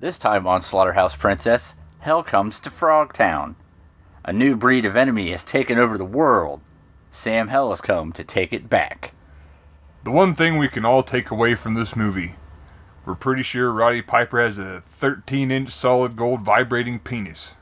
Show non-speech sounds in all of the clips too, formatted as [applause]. This time on Slaughterhouse Princess, hell comes to Frogtown. A new breed of enemy has taken over the world. Sam Hell has come to take it back. The one thing we can all take away from this movie we're pretty sure Roddy Piper has a 13 inch solid gold vibrating penis.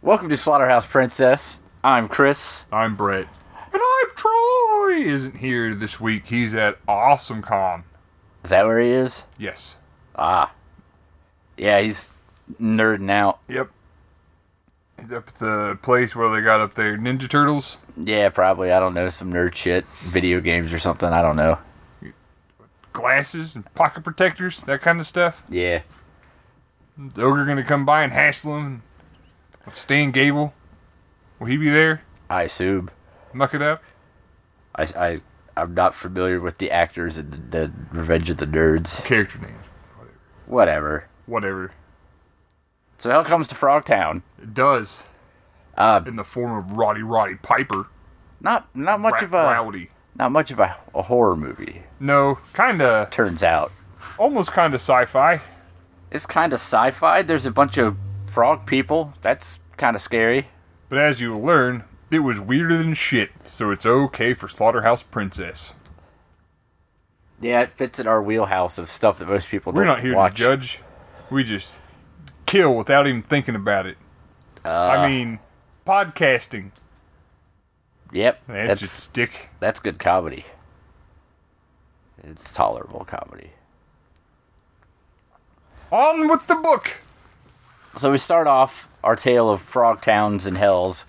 Welcome to Slaughterhouse Princess. I'm Chris. I'm Brett. And I'm Troy! Isn't here this week. He's at AwesomeCon. Is that where he is? Yes. Ah. Yeah, he's nerding out. Yep. He's up at the place where they got up their Ninja Turtles. Yeah, probably. I don't know. Some nerd shit. Video games or something. I don't know. Glasses and pocket protectors, that kind of stuff. Yeah. The ogre gonna come by and hassle him. Stan Gable. Will he be there? I assume. Muck it up? I, I, I'm not familiar with the actors in the, the Revenge of the Nerds. Character names. Whatever. Whatever. So Hell comes to Frogtown. It does. Uh, In the form of Roddy Roddy Piper. Not not much Rat of a Rowdy. not much of a, a horror movie. No, kinda, Turns out almost kinda sci fi. it's kind of sci-fi. There's a bunch of frog people. That's kind of scary. But as you'll learn, it was weirder than shit, so it's okay for Slaughterhouse Princess. Yeah, it fits in our wheelhouse of stuff that most people We're don't not here watch. to judge. We just kill without even thinking about it. Uh, I mean, podcasting. Yep, That's, that's just stick. that's good comedy. It's tolerable comedy. On with the book! So we start off our tale of frog towns and hells,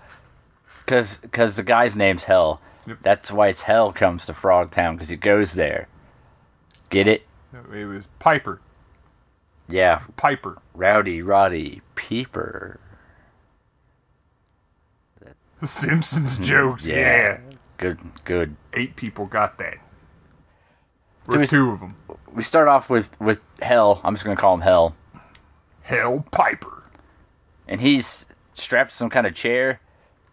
because the guy's name's Hell. That's why it's Hell comes to Frog Town because he goes there. Get it? It was Piper. Yeah, Piper. Rowdy Roddy Peeper. [laughs] The Simpsons jokes. yeah. Yeah. Good, good. Eight people got that. So We're is- two of them. We start off with with Hell. I'm just gonna call him Hell, Hell Piper. and he's strapped to some kind of chair,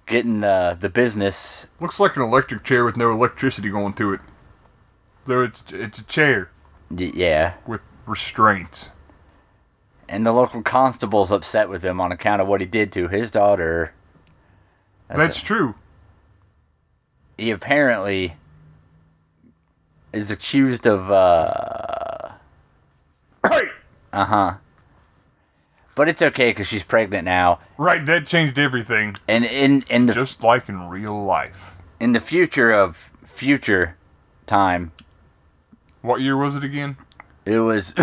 getting the the business. Looks like an electric chair with no electricity going through it. Though it's it's a chair Y- yeah, with restraints. and the local constable's upset with him on account of what he did to his daughter. That's, it. true. [coughs] he apparently is accused of uh Right. but it's okay because she's pregnant now Right, that changed everything. and in in the Just like in real life. in the future of future time What year was it again? it was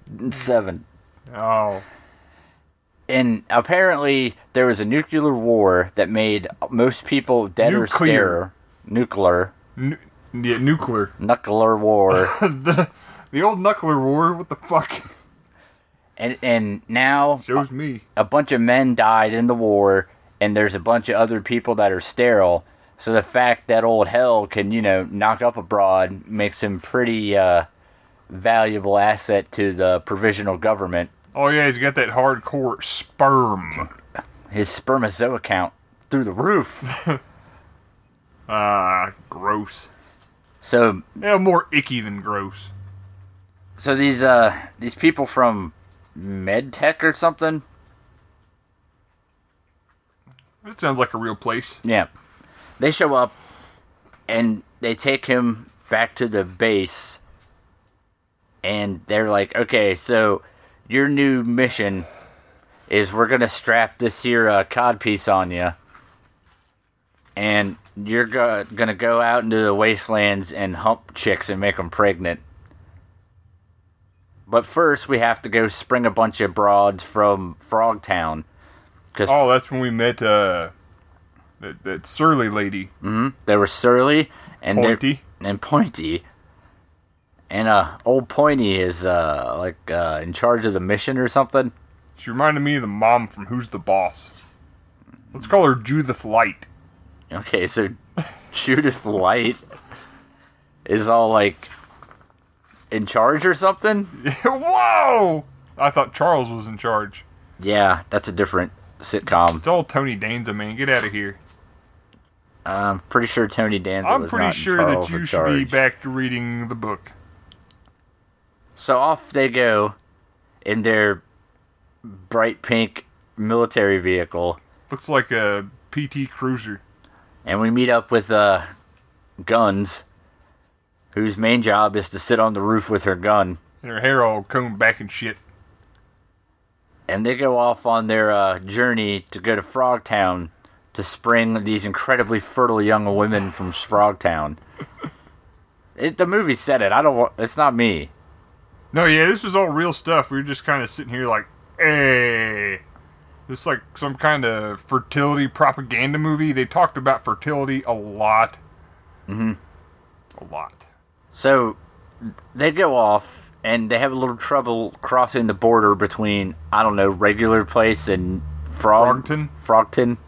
[coughs] seven Oh. and apparently there was a nuclear war that made most people dead or Nuclear. scared nuclear Nu- yeah, nuclear. [laughs] nuclear war the, the old nuclear war, what the fuck? [laughs] and and now Shows me. a bunch of men died in the war, and there's a bunch of other people that are sterile. So the fact that old hell can, you know, knock up a broad makes him pretty uh, valuable asset to the provisional government. Oh yeah, he's got that hardcore sperm. His spermazoa count through the roof. Ah, gross. So, Yeah, more icky than gross. so these uh, these people from MedTech or something, That sounds like a real place. yeah, they show up and they take him back to the base, and they're like, okay, so your new mission is we're gonna strap this here uh, cod piece on you, and you're go- gonna go out into the wastelands and hump chicks and make them pregnant. But first, we have to go spring a bunch of broads from Frogtown, because Oh, that's when we met uh that, that surly lady. they were surly and they're- Pointy. and pointy. And uh, old Pointy is uh like uh in charge of the mission or something. She reminded me of the mom from Who's the Boss. Let's call her Judith Light. [laughs] [laughs] Okay, so Judith Light is all like in charge or something? Whoa! I thought Charles was in charge. Yeah, that's a different sitcom. It's all Tony Danza, man. Get out of here. I'm pretty sure Tony Danza. I'm was pretty not in sure Charles that in you should be Charge. back to reading the book. So off they go in their bright pink military vehicle, Looks like a PT Cruiser. and we meet up with uh, Guns, whose main job is to sit on the roof with her gun. And her hair all combed back and shit. And they go off on their uh, journey to go to Frogtown to spring these incredibly fertile young women from Frogtown. It, the movie said it. I don't. wa- It's not me. No, yeah, this was all real stuff. We were just kind of sitting here like, hey. This is like some kind of fertility propaganda movie. They talked about fertility a lot. Mm-hmm. A lot. So they go off and they have a little trouble crossing the border between I don't know regular place and Frog Frogton? Frogton.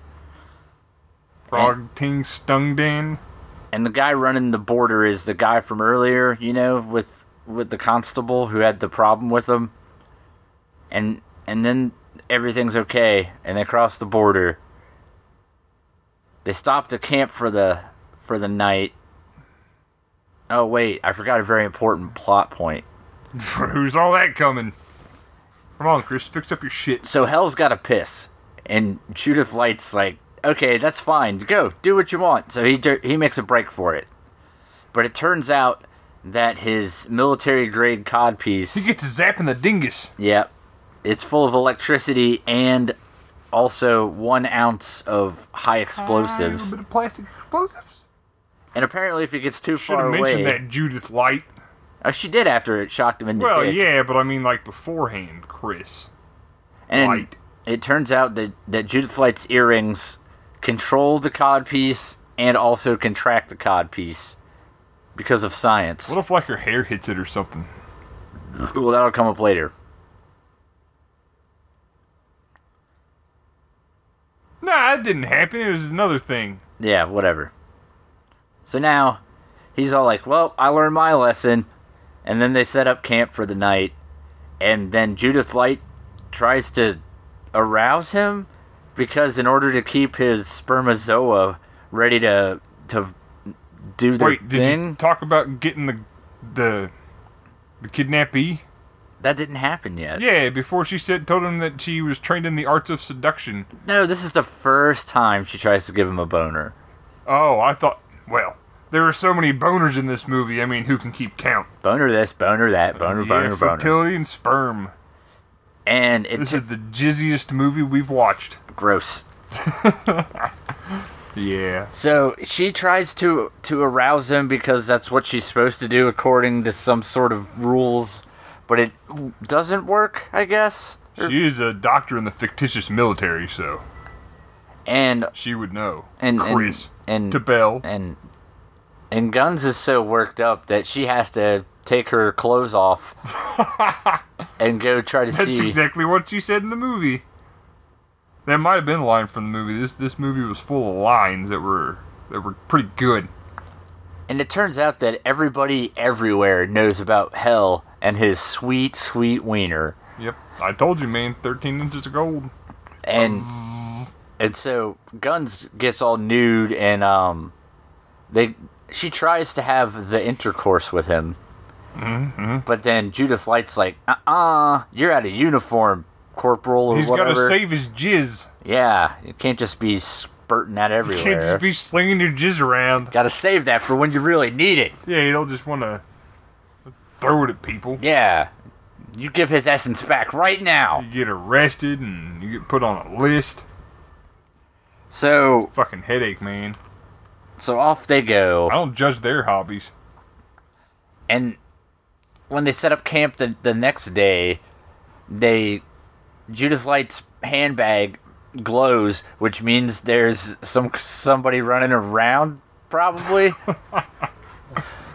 Frog Ting Stungdan. And the guy running the border is the guy from earlier, you know, with with the constable who had the problem with him. And and then everything's okay and they cross the border. They stop to camp for the for the night. Oh wait, I forgot a very important plot point. [laughs] Who's all that coming? Come on, Chris, fix up your shit. so Hell's got to piss, and Judith Light's like, "Okay, that's fine. Go do what you want." So he dir- he makes a break for it, but it turns out that his military grade [laughs] He codpiece, gets to zapping the dingus. yep, it's full of electricity and also one ounce of high explosives. A bit of plastic explosives. And apparently, if he gets too Should have far mentioned away, that Judith Light. oh, she did after it shocked him in the Well, dick. yeah, but I mean, like beforehand, Chris. And Light. it turns out that, that Judith Light's earrings control the codpiece and also contract the codpiece because of science. What if like her hair hits it or something? well, that'll come up later. Nah, that didn't happen. It was another thing. Yeah, whatever. So now he's all like, well, I learned my lesson. And then they set up camp for the night. And then Judith Light tries to arouse him because, in order to keep his spermazoa ready to to do their Wait, did thing, you talk about getting the the the kidnappee? that didn't happen yet. Yeah, before she said told him that she was trained in the arts of seduction. No, this is the first time she tries to give him a boner. Oh, I thought. Well, there are so many boners in this movie. I mean, who can keep count? Boner this, boner that, boner, yeah, boner, boner. fertility and sperm. and it This took is the jizziest movie we've watched. gross. Yeah. So she tries to to arouse him because that's what she's supposed to do according to some sort of rules, but it doesn't work, I guess. She is a doctor in the fictitious military, so And she would know. and Chris and and, Tabell. and and Guns is so worked up that she has to take her clothes [laughs] off and go try to That's see. exactly what she said in the movie. That might have been a line from the movie. This this movie was full of lines that were that were pretty good. And it turns out that everybody everywhere knows about Hell and his sweet, sweet wiener. Yep. I told you, man, thirteen inches of gold. And and so Guns gets all nude and um they she tries to have the intercourse with him. Mm-hmm. But then Judith Light's like, uh uh-uh, uh, you are out of uniform, corporal or He's whatever. gotta save his jizz. yeah, you can't just be spurting that You everywhere. can't just be slinging your jizz around. Gotta save that for when you really need it. Yeah, you don't just wanna throw it at people. Yeah. You give his essence back right now. You get arrested and you get put on a list. So Fucking headache, man. So off they I go, don't judge their hobbies. and when they set up camp the, the next day, they Judas Light's handbag glows, which means there's some somebody running around probably.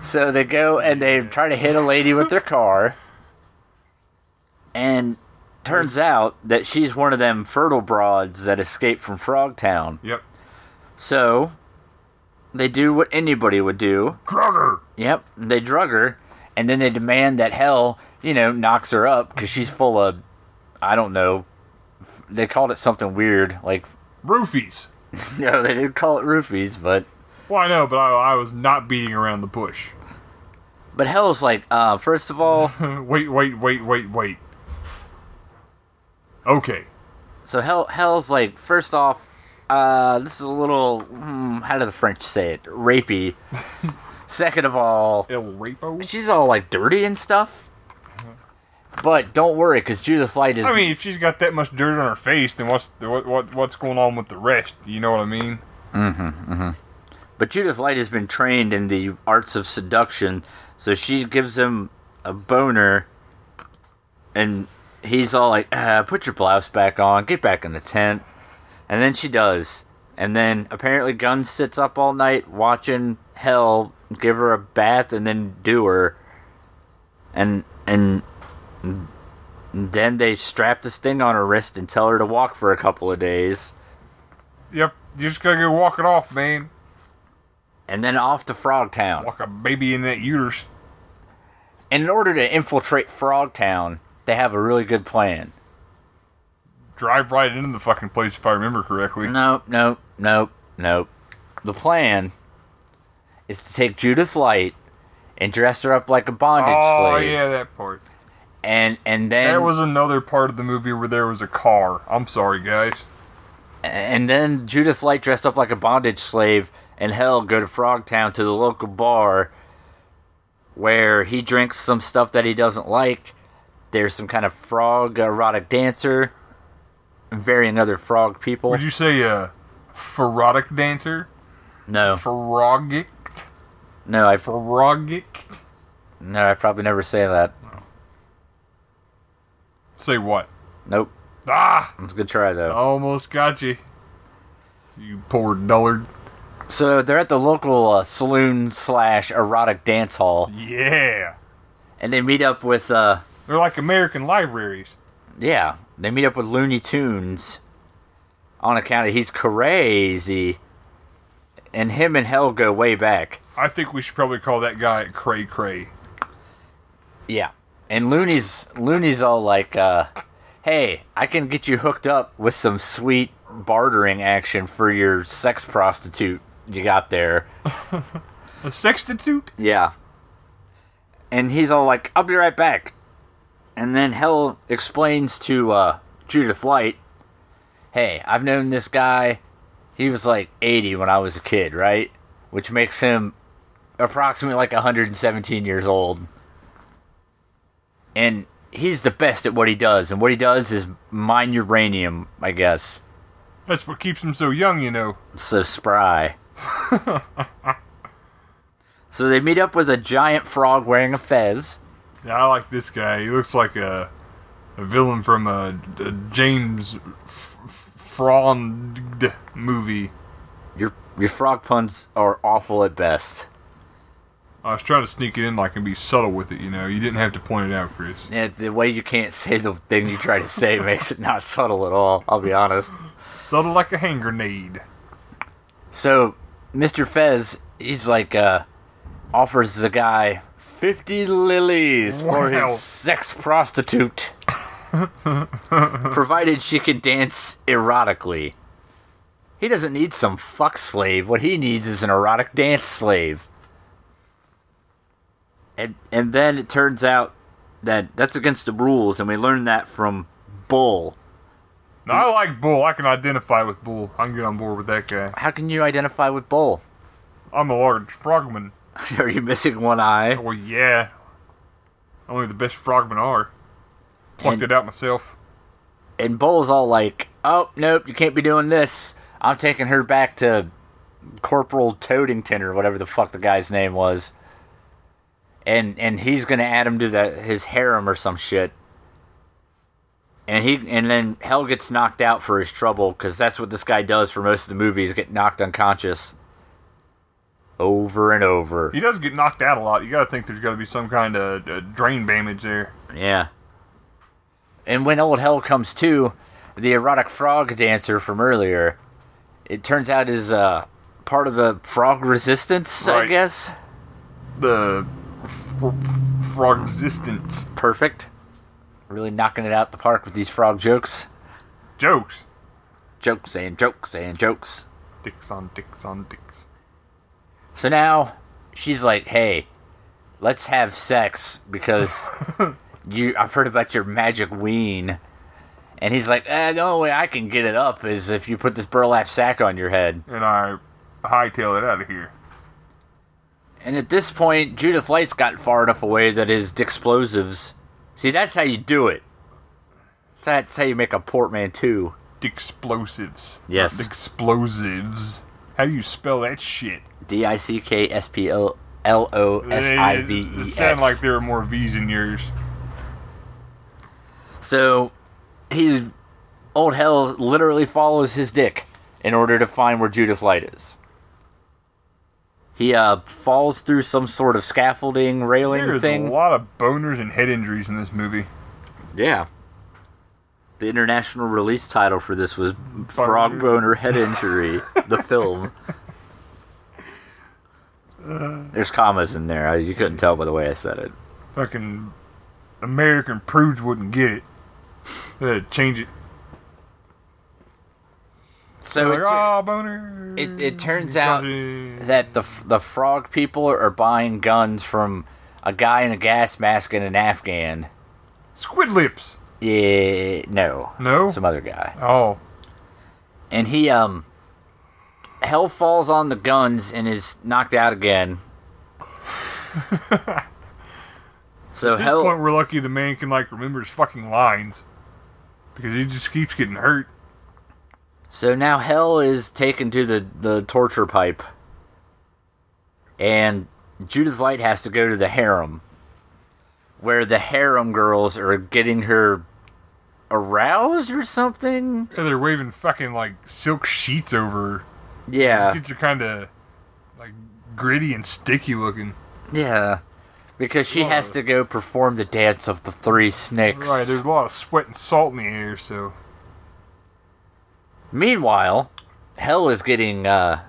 so they go and they try to hit a lady with their car, and turns out that she's one of them fertile broads that escaped from Frogtown. Yep. So they do what anybody would do. Drugger! Yep, they drug her, And then they demand that Hell, you know, knocks her up because she's full of, I don't know, f- they called it something weird. Like, [laughs] Roofies. no, they didn't call it roofies, but Well, I know, but I, I was not beating around the bush. but Hell's like, uh, first of [laughs] all, wait, wait, wait, wait, wait. Okay. so Hell Hell's like, first off, uh, this is a little, hmm, how do the French say it, [laughs] rapey. Second of all, El Rapo? she's all like dirty and stuff. But don't worry, because Judith Light is. Uh-huh. I mean, if she's got that much dirt on her face, then what's what, what what's going on with the rest? You know what I mean? But Judith Light has been trained in the arts of seduction, so she gives him a boner, and he's all like, ah, "Put your blouse back on, get back in the tent," and then she does, and then apparently Gunn sits up all night watching Hell give her a bath and then do her, and and then they strap this thing on her wrist and tell her to walk for a couple of days. Yep. You just gotta go walk it off, man. And then off to Frogtown. Like a baby in that uterus. And in order to infiltrate Frogtown, they have a really good plan. Drive right into the fucking place if I remember correctly. Nope, nope, nope, nope. The plan is to take Judith Light and dress her up like a bondage Oh slave. yeah, that part. And and then That was another part of the movie where there was a car. I'm sorry, guys. and then Judith Light dressed up like a bondage slave and Hell go to Frogtown to the local bar where he drinks some stuff that he doesn't like. There's some kind of frog erotic dancer and varying other frog people. Would you say a ferrotic dancer? no. Ferrogic? No, I Ferrogic? No, I probably never say that. Say what? Nope. Ah! It's a good try though. Almost got you. You poor dullard. So they're at the local uh, saloon slash erotic dance hall, Yeah. and they meet up with uh, They're like American libraries. yeah, they meet up with Looney Tunes, on account of he's crazy, and him and Hell go way back. I think we should probably call that guy Cray Cray. Yeah, and Looney's Looney's all like, uh, "Hey, I can get you hooked up with some sweet bartering action for your sex prostitute you got there." A sextitude? Yeah. And he's all like, I'll be right back. And then Hell explains to uh, Judith Light, hey, I've known this guy. He was like 80 when I was a kid, right? Which makes him approximately like 117 years old. And he's the best at what he does. And what he does is mine uranium, I guess. That's what keeps him so young, you know. So spry. so they meet up with a giant frog wearing a fez. Yeah, I like this guy. He looks like a, a villain from a, a James F- F- Frond movie. Your your frog puns are awful at best. I was trying to sneak it in like and be subtle with it, you know. You didn't have to point it out, Chris. Yeah, the way you can't say the thing you try to say [laughs] makes it not subtle at all. I'll be honest. Subtle like a hand grenade. So, Mr. Fez, he's like, uh, offers the guy 50 lilies for Wow. his sex prostitute. provided she can dance erotically. He doesn't need some fuck slave. What he needs is an erotic dance slave. And, and then it turns out that that's against the rules, and we learned that from Bull. Now, I like Bull. I can identify with Bull. I can get on board with that guy. How can you identify with Bull? [laughs] I'm a large frogman. Are you missing one eye? Well, yeah. Only the best frogmen are. Plucked And- it out myself. and Bull's all like, "Oh nope, you can't be doing this. I'm taking her back to Corporal Toadington or whatever the fuck the guy's name was." And and he's gonna add him to the his harem or some shit. And he and then Hell gets knocked out for his trouble because that's what this guy does for most of the movies: get knocked unconscious over and over. He does get knocked out a lot. You gotta think there's gotta be some kind of uh, drain damage there. Yeah. And when old hell comes to, the erotic frog dancer from earlier, it turns out is uh, part of the frog resistance, I Right. guess. The frog existence. Perfect. Really knocking it out the park with these frog jokes. Jokes. Jokes and jokes and jokes. Dicks on dicks on dicks. So now she's like, "Hey, let's have sex because you I've heard about your magic ween." And he's like, eh, "The only way I can get it up is if you put this burlap sack on your head." And I hightail it out of here. And at this point, Judith Light's gotten far enough away that his explosives. See, that's how you do it. That's how you make a portmanteau. Explosives. Yes. Explosives. How do you spell that shit? D I C K S P L L O S I V E They- It sounded like S. there were more V's in yours. So he, old hell, literally follows his dick in order to find where Judith Light is. He uh, falls through some sort of scaffolding railing There's thing. a lot of boners and head injuries in this movie. Yeah. The international release title for this was Frog Boner Head Injury, the film. There's commas in there. I- You couldn't tell by the way I said it. Fucking American prudes wouldn't get it. They'd change it. So Like, it, "Ah, boner. it, it turns out Something. that the, f- the frog people are buying guns from a guy in a gas mask and an Afghan. Squid lips. Yeah, no. No? Some other guy. Oh, and he um hell falls on the guns and is knocked out [laughs] again so At this point, hell we're lucky the man can like remember his fucking lines because he just keeps getting hurt. so now hell is taken to the the torture pipe and judith light has to go to the harem where the harem girls are getting her aroused or something Yeah, they're waving fucking like silk sheets over. yeah Kids are kind of like gritty and sticky looking. yeah because she has to go perform the dance of the three snakes Right, there's a lot of sweat and salt in the air, so Meanwhile, Hell is getting uh,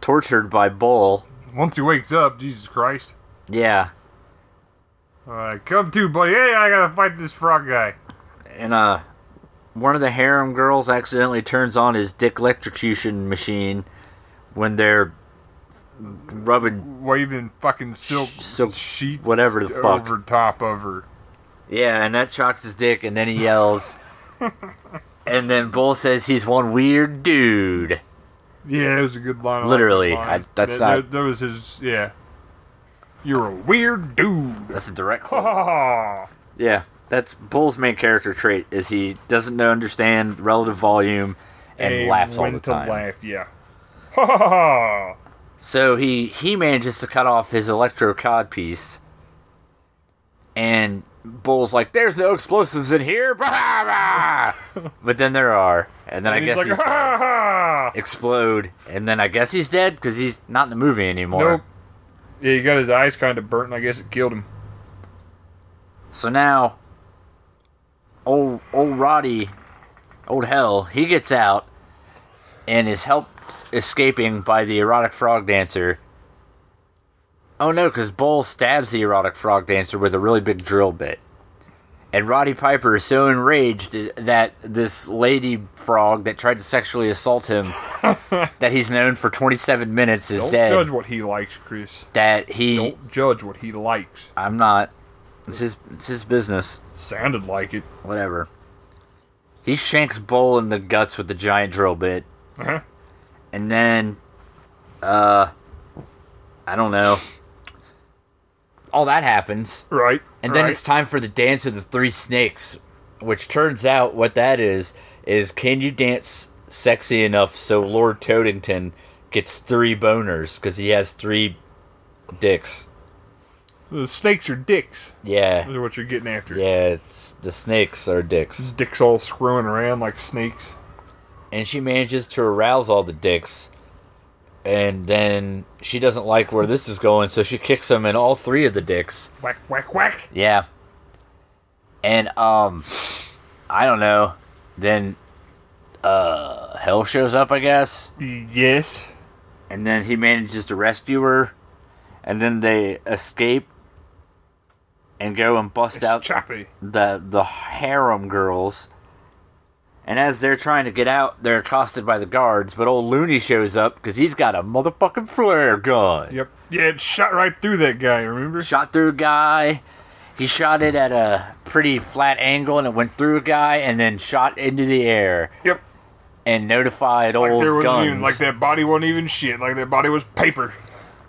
tortured by Bull. once he wakes up, Jesus Christ! Yeah, All right, come to, buddy. Hey, I gotta fight this frog guy. and uh, one of the harem girls accidentally turns on his dick electrocution machine when they're rubbing. Waving fucking silk, Silk- sheets, whatever the fuck. over top of her. Yeah, and that shocks his dick, and then he [laughs] yells. and then Bull says he's one weird dude. Yeah, it was a good line. I like Literally, that line. I- that's that, not- That, that was his. Yeah, you're a weird dude. That's a direct quote. Ha [laughs] Yeah, that's Bull's main character trait is he doesn't know understand relative volume and laughs all when the time. to laugh, yeah. Ha ha ha. So he he manages to cut off his electro cod piece, and Bull's like, "There's no explosives in here," [laughs] but then there are, and then I And guess he's he's dead. like, [laughs] ha ha ha. explode, and then I guess he's dead because he's not in the movie anymore. Nope. Yeah, he got his eyes kind of burnt, and I guess it killed him. So now, old old Roddy, old hell, he gets out and is helped escaping by the erotic frog dancer. Oh no, because Bull stabs the erotic frog dancer with a really big drill bit. And Roddy Piper is so enraged that this lady frog that tried to sexually assault [laughs] him, that he's known for 27 minutes, is Don't dead. judge what he likes, Chris. That he, Don't judge what he likes. I'm not. It's his, it's his business. Sounded like it. whatever. He shanks Bull in the guts with the giant drill bit, Uh-huh. and then, uh, I don't know. All that happens, Right. and then right. it's time for the dance of the three snakes, which turns out what that is is can you dance sexy enough so Lord Toadington gets three boners because he has three dicks. the snakes are dicks. Yeah, Is what you're getting after. yeah, it's, the snakes are dicks. Dicks all screwing around like snakes. and she manages to arouse all the dicks. And then she doesn't like where this is going, so she kicks him in all three of the dicks. Whack, whack, whack. Yeah. And um I don't know. Then uh Hell shows up, I guess. Yes. And then he manages to rescue her. And then they escape. and go and bust It's out choppy. the the harem girls. And as they're trying to get out, they're accosted by the guards. But old Looney shows up because he's got a motherfucking flare gun. Yep. Yeah, it shot right through that guy. Remember? Shot through a guy. He shot it at a pretty flat angle, and it went through a guy, and then shot into the air Yep. and notified Like old there wasn't guns. even like that body wasn't even shit. Like that body was paper.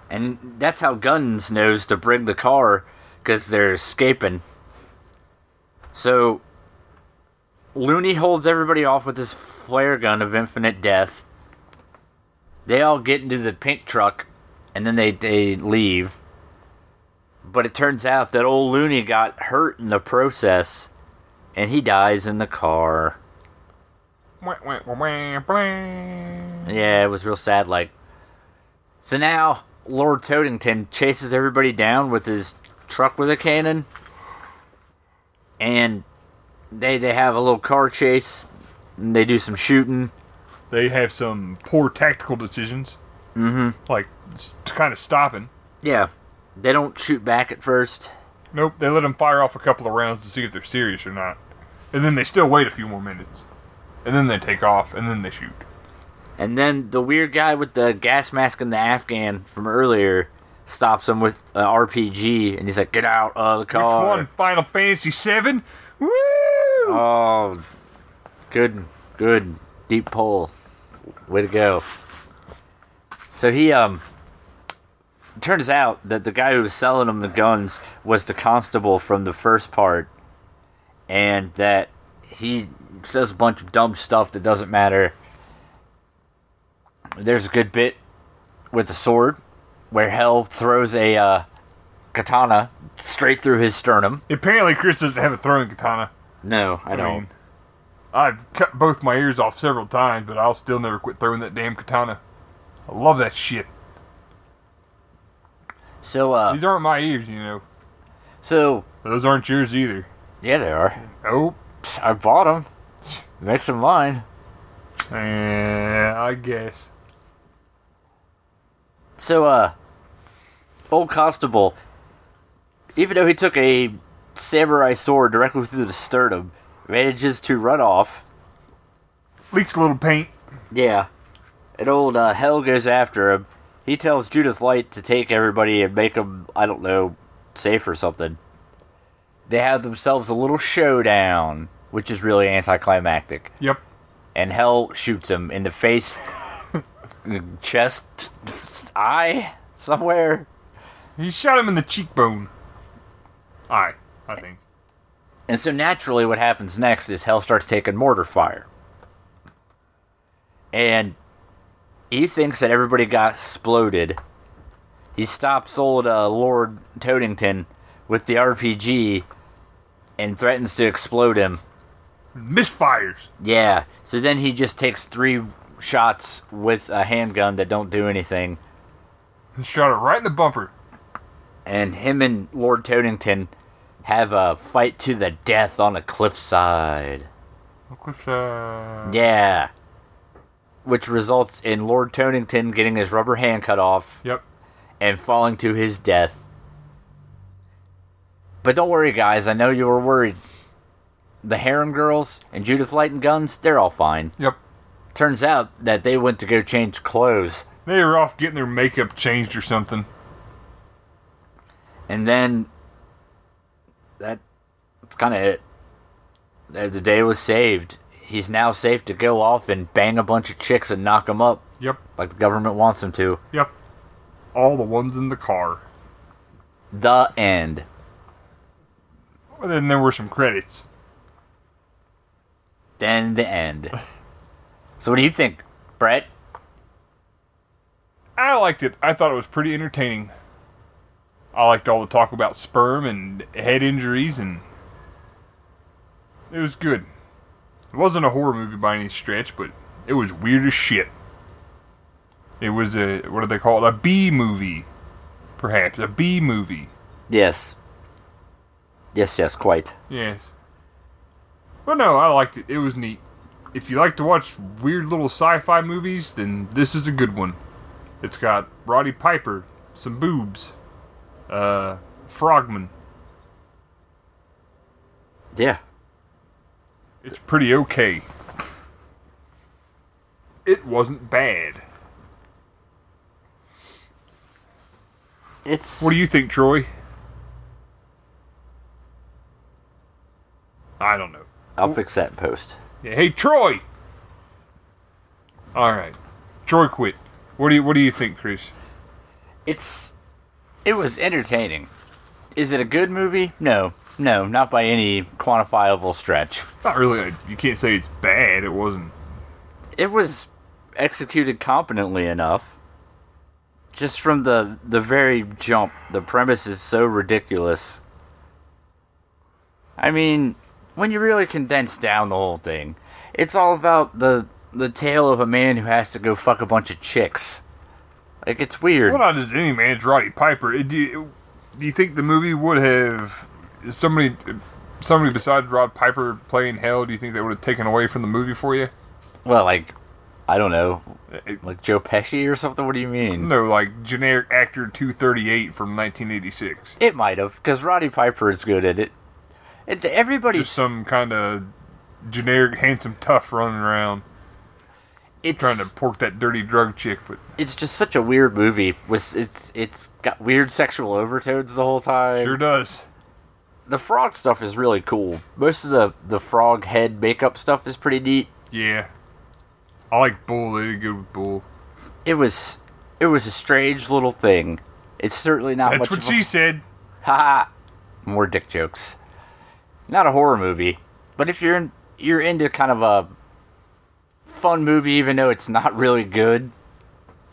And that's how Guns knows to bring the car because they're escaping. So Looney holds everybody off with his flare gun of infinite death. They all get into the pink truck and then they, they leave. But it turns out that old Looney got hurt in the process and he dies in the car. Wah, wah, wah, wah, blah. Yeah, it was real sad. Like, so now Lord Toadington chases everybody down with his truck with a cannon, and they they have a little car chase. And they do some shooting. They have some poor tactical decisions. Mm-hmm. Like s- kind of stopping. Yeah, they don't shoot back at first. Nope. They let them fire off a couple of rounds to see if they're serious or not, and then they still wait a few more minutes, and then they take off, and then they shoot. And then the weird guy with the gas mask and the Afghan from earlier stops him with an RPG, and he's like, "Get out of the Which car!" one? Final Fantasy Seven. Woo! Oh, good, good, deep pull. Way to go. So he, um, it turns out that the guy who was selling him the guns was the constable from the first part, and that he says a bunch of dumb stuff that doesn't matter. There's a good bit with the sword where Hell throws a uh, katana straight through his sternum. Apparently, Chris doesn't have a throwing katana. No, I I don't. mean, I've cut both my ears off several times, but I'll still never quit throwing that damn katana. I love that shit. so, uh, These aren't my ears, you know. So Those aren't yours either. Oh, yeah, they are. Nope. I bought them. Makes them mine. Eh, I guess. So uh, old constable, even though he took a samurai sword directly through the sternum, manages to run off. Leaks a little paint. Yeah, and old uh, hell goes after him. He tells Judith Light to take everybody and make them, I don't know, safe or something. They have themselves a little showdown, which is really anticlimactic. Yep. and Hell shoots him in the face, chest, eye, somewhere. He shot him in the cheekbone. Aye, I think. And so naturally, what happens next is Hell starts taking mortar fire. And he thinks that everybody got exploded. He stops old uh, Lord Toadington with the RPG and threatens to explode him. Misfires. Yeah. So then he just takes three shots with a handgun that don't do anything. He shot it right in the bumper. and him and Lord Toadington have a fight to the death on a cliffside. Cliff, uh, Yeah. Which results in Lord Toadington getting his rubber hand cut off Yep. and falling to his death. But don't worry, guys. I know you were worried. The Harem girls and Judith Light and Guns, they're all fine. Yep. Turns out that they went to go change clothes. They were off getting their makeup changed or something. And then that that's kind of it. The the day was saved. He's now safe to go off and bang a bunch of chicks and knock them up Yep. like the government wants him to. Yep. All the ones in the car. The end. Well, then there were some credits. Then the [laughs] end. so what do you think, Brett? I liked it. I thought it was pretty entertaining. I liked all the talk about sperm and head injuries, and it was good. It wasn't a horror movie by any stretch, but it was weird as shit. It was a what do they call it? A B movie, perhaps a B movie. Yes. Yes, yes, quite. Yes. But no, I liked it. It was neat. If you like to watch weird little sci-fi movies, then this is a good one. It's got Roddy Piper, some boobs, uh, Frogman, Yeah. It's pretty okay. It wasn't bad. It's What do you think, Troy? I don't know. I'll fix that in post. Yeah, hey, Troy. All right, Troy quit. What do you What do you think, Chris? It's it was entertaining. Is it a good movie? No. No, not by any quantifiable stretch. Not really. a- You can't say it's bad. It wasn't. It was executed competently enough. Just from the the very jump, the premise is so ridiculous. I mean, when you really condense down the whole thing, it's all about the the tale of a man who has to go fuck a bunch of chicks. Like it's weird. Well, not just any man. It's Roddy Piper. It- do, you, do you think the movie would have is somebody somebody besides Rod Piper playing hell? Do you think they would have taken away from the movie for you? Well, like, I don't know, It- like Joe Pesci or something. What do you mean? no, like generic actor two thirty eight from nineteen eighty six. It might have, because Roddy Piper is good at it. It everybody's Just some kind of generic handsome tough running around it's trying to pork that dirty drug chick, but it's just such a weird movie. With it's it's got weird sexual overtones the whole time. sure does. The frog stuff is really cool. Most of the the frog head makeup stuff is pretty neat. Yeah. I like Bull. They did good with Bull. It was it was a strange little thing. It's certainly not That's much. what of a- she said. Haha. More dick jokes. Not a horror movie, but if you're in, you're into kind of a fun movie, even though it's not really good,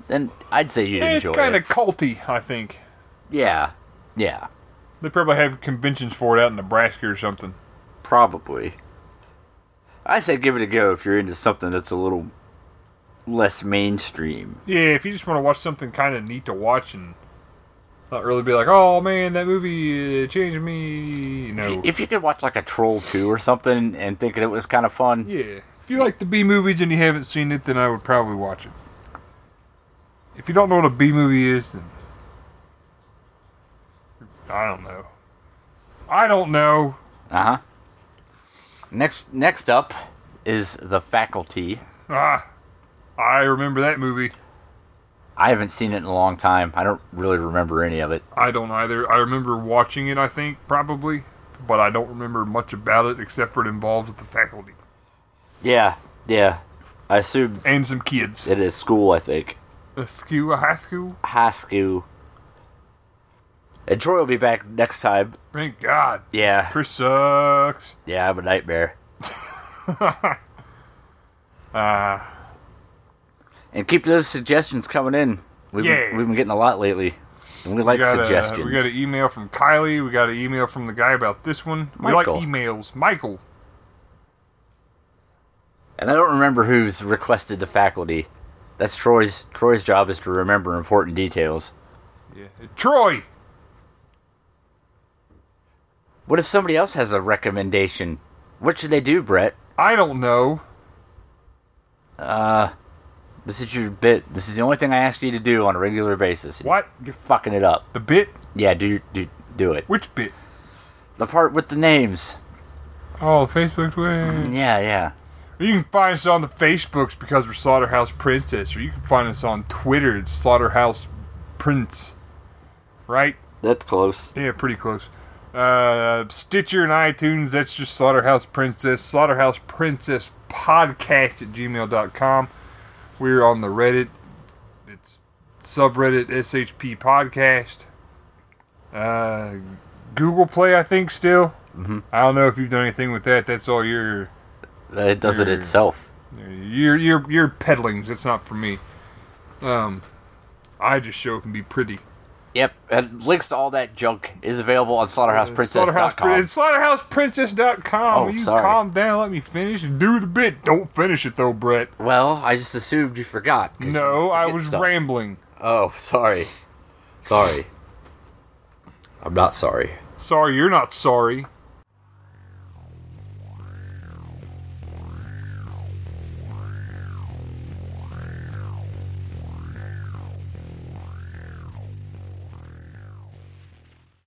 then I'd say you'd It's enjoy kind of it. culty, I think. Yeah, yeah, They probably have conventions for it out in Nebraska or something. probably. I say give it a go if you're into something that's a little less mainstream. Yeah, if you just want to watch something kind of neat to watch and not really be like, oh man, that movie uh, changed me. You know. If you could watch like a Troll Two or something and think that it was kind of fun, yeah. If you like the B movies and you haven't seen it, then I would probably watch it. If you don't know what a B movie is, then I don't know. I don't know. uh huh. Next, next up is The Faculty. Ah, I remember that movie. I haven't seen it in a long time. I don't really remember any of it. I don't either. I remember watching it, I think, probably, but I don't remember much about it except for it involves the faculty Yeah, yeah. I assume and some kids. it is school, I think. A school, a high school? High school. And Troy will be back next time. Thank God. Yeah, Chris sucks. yeah, I'm a [laughs] nightmare. Ah, And keep those suggestions coming in. We've, Yeah. been, we've been getting a lot lately. And we like we got a suggestions. we e- got an email from Kylie. We got an email from the guy about this one. Michael. We like emails. Michael. and I don't remember who's requested the faculty. That's Troy's Troy's job is to remember important details. Yeah. Troy. What if somebody else has a recommendation? What should they do, Brett? I don't know. This is your bit. This is the only thing I ask you to do on a regular basis. and What? You're fucking it up. The bit? Yeah, do do do it. Which bit? The part with the names. Oh, Facebook, Twitter. Yeah, yeah. You can find us on the Facebooks because we're Slaughterhouse Princess, or you can find us on Twitter at Slaughterhouse Prince. Right? That's close. Yeah, pretty close. Uh, Stitcher and iTunes, that's just Slaughterhouse Princess. Slaughterhouse Princess Podcast at gmail.com. We're on the Reddit. It's subreddit SHP Podcast. Uh, Google Play, I think, still. Mm-hmm. I don't know if you've done anything with that. That's all your It does it You're- itself. your your your peddlings. It's not for me. Um, I just show up and be pretty. Yep. And links to all that junk is available on Slaughterhouse, slaughterhouseprincess.com. it's slaughterhouseprincess.com. Oh, Will you sorry. calm down? Let me finish and do the bit. Don't finish it though, Brett. Well, I just assumed you forgot. 'cause No, you I forget was stuff. rambling. Oh, sorry. Sorry. I'm not sorry. Sorry, you're not sorry.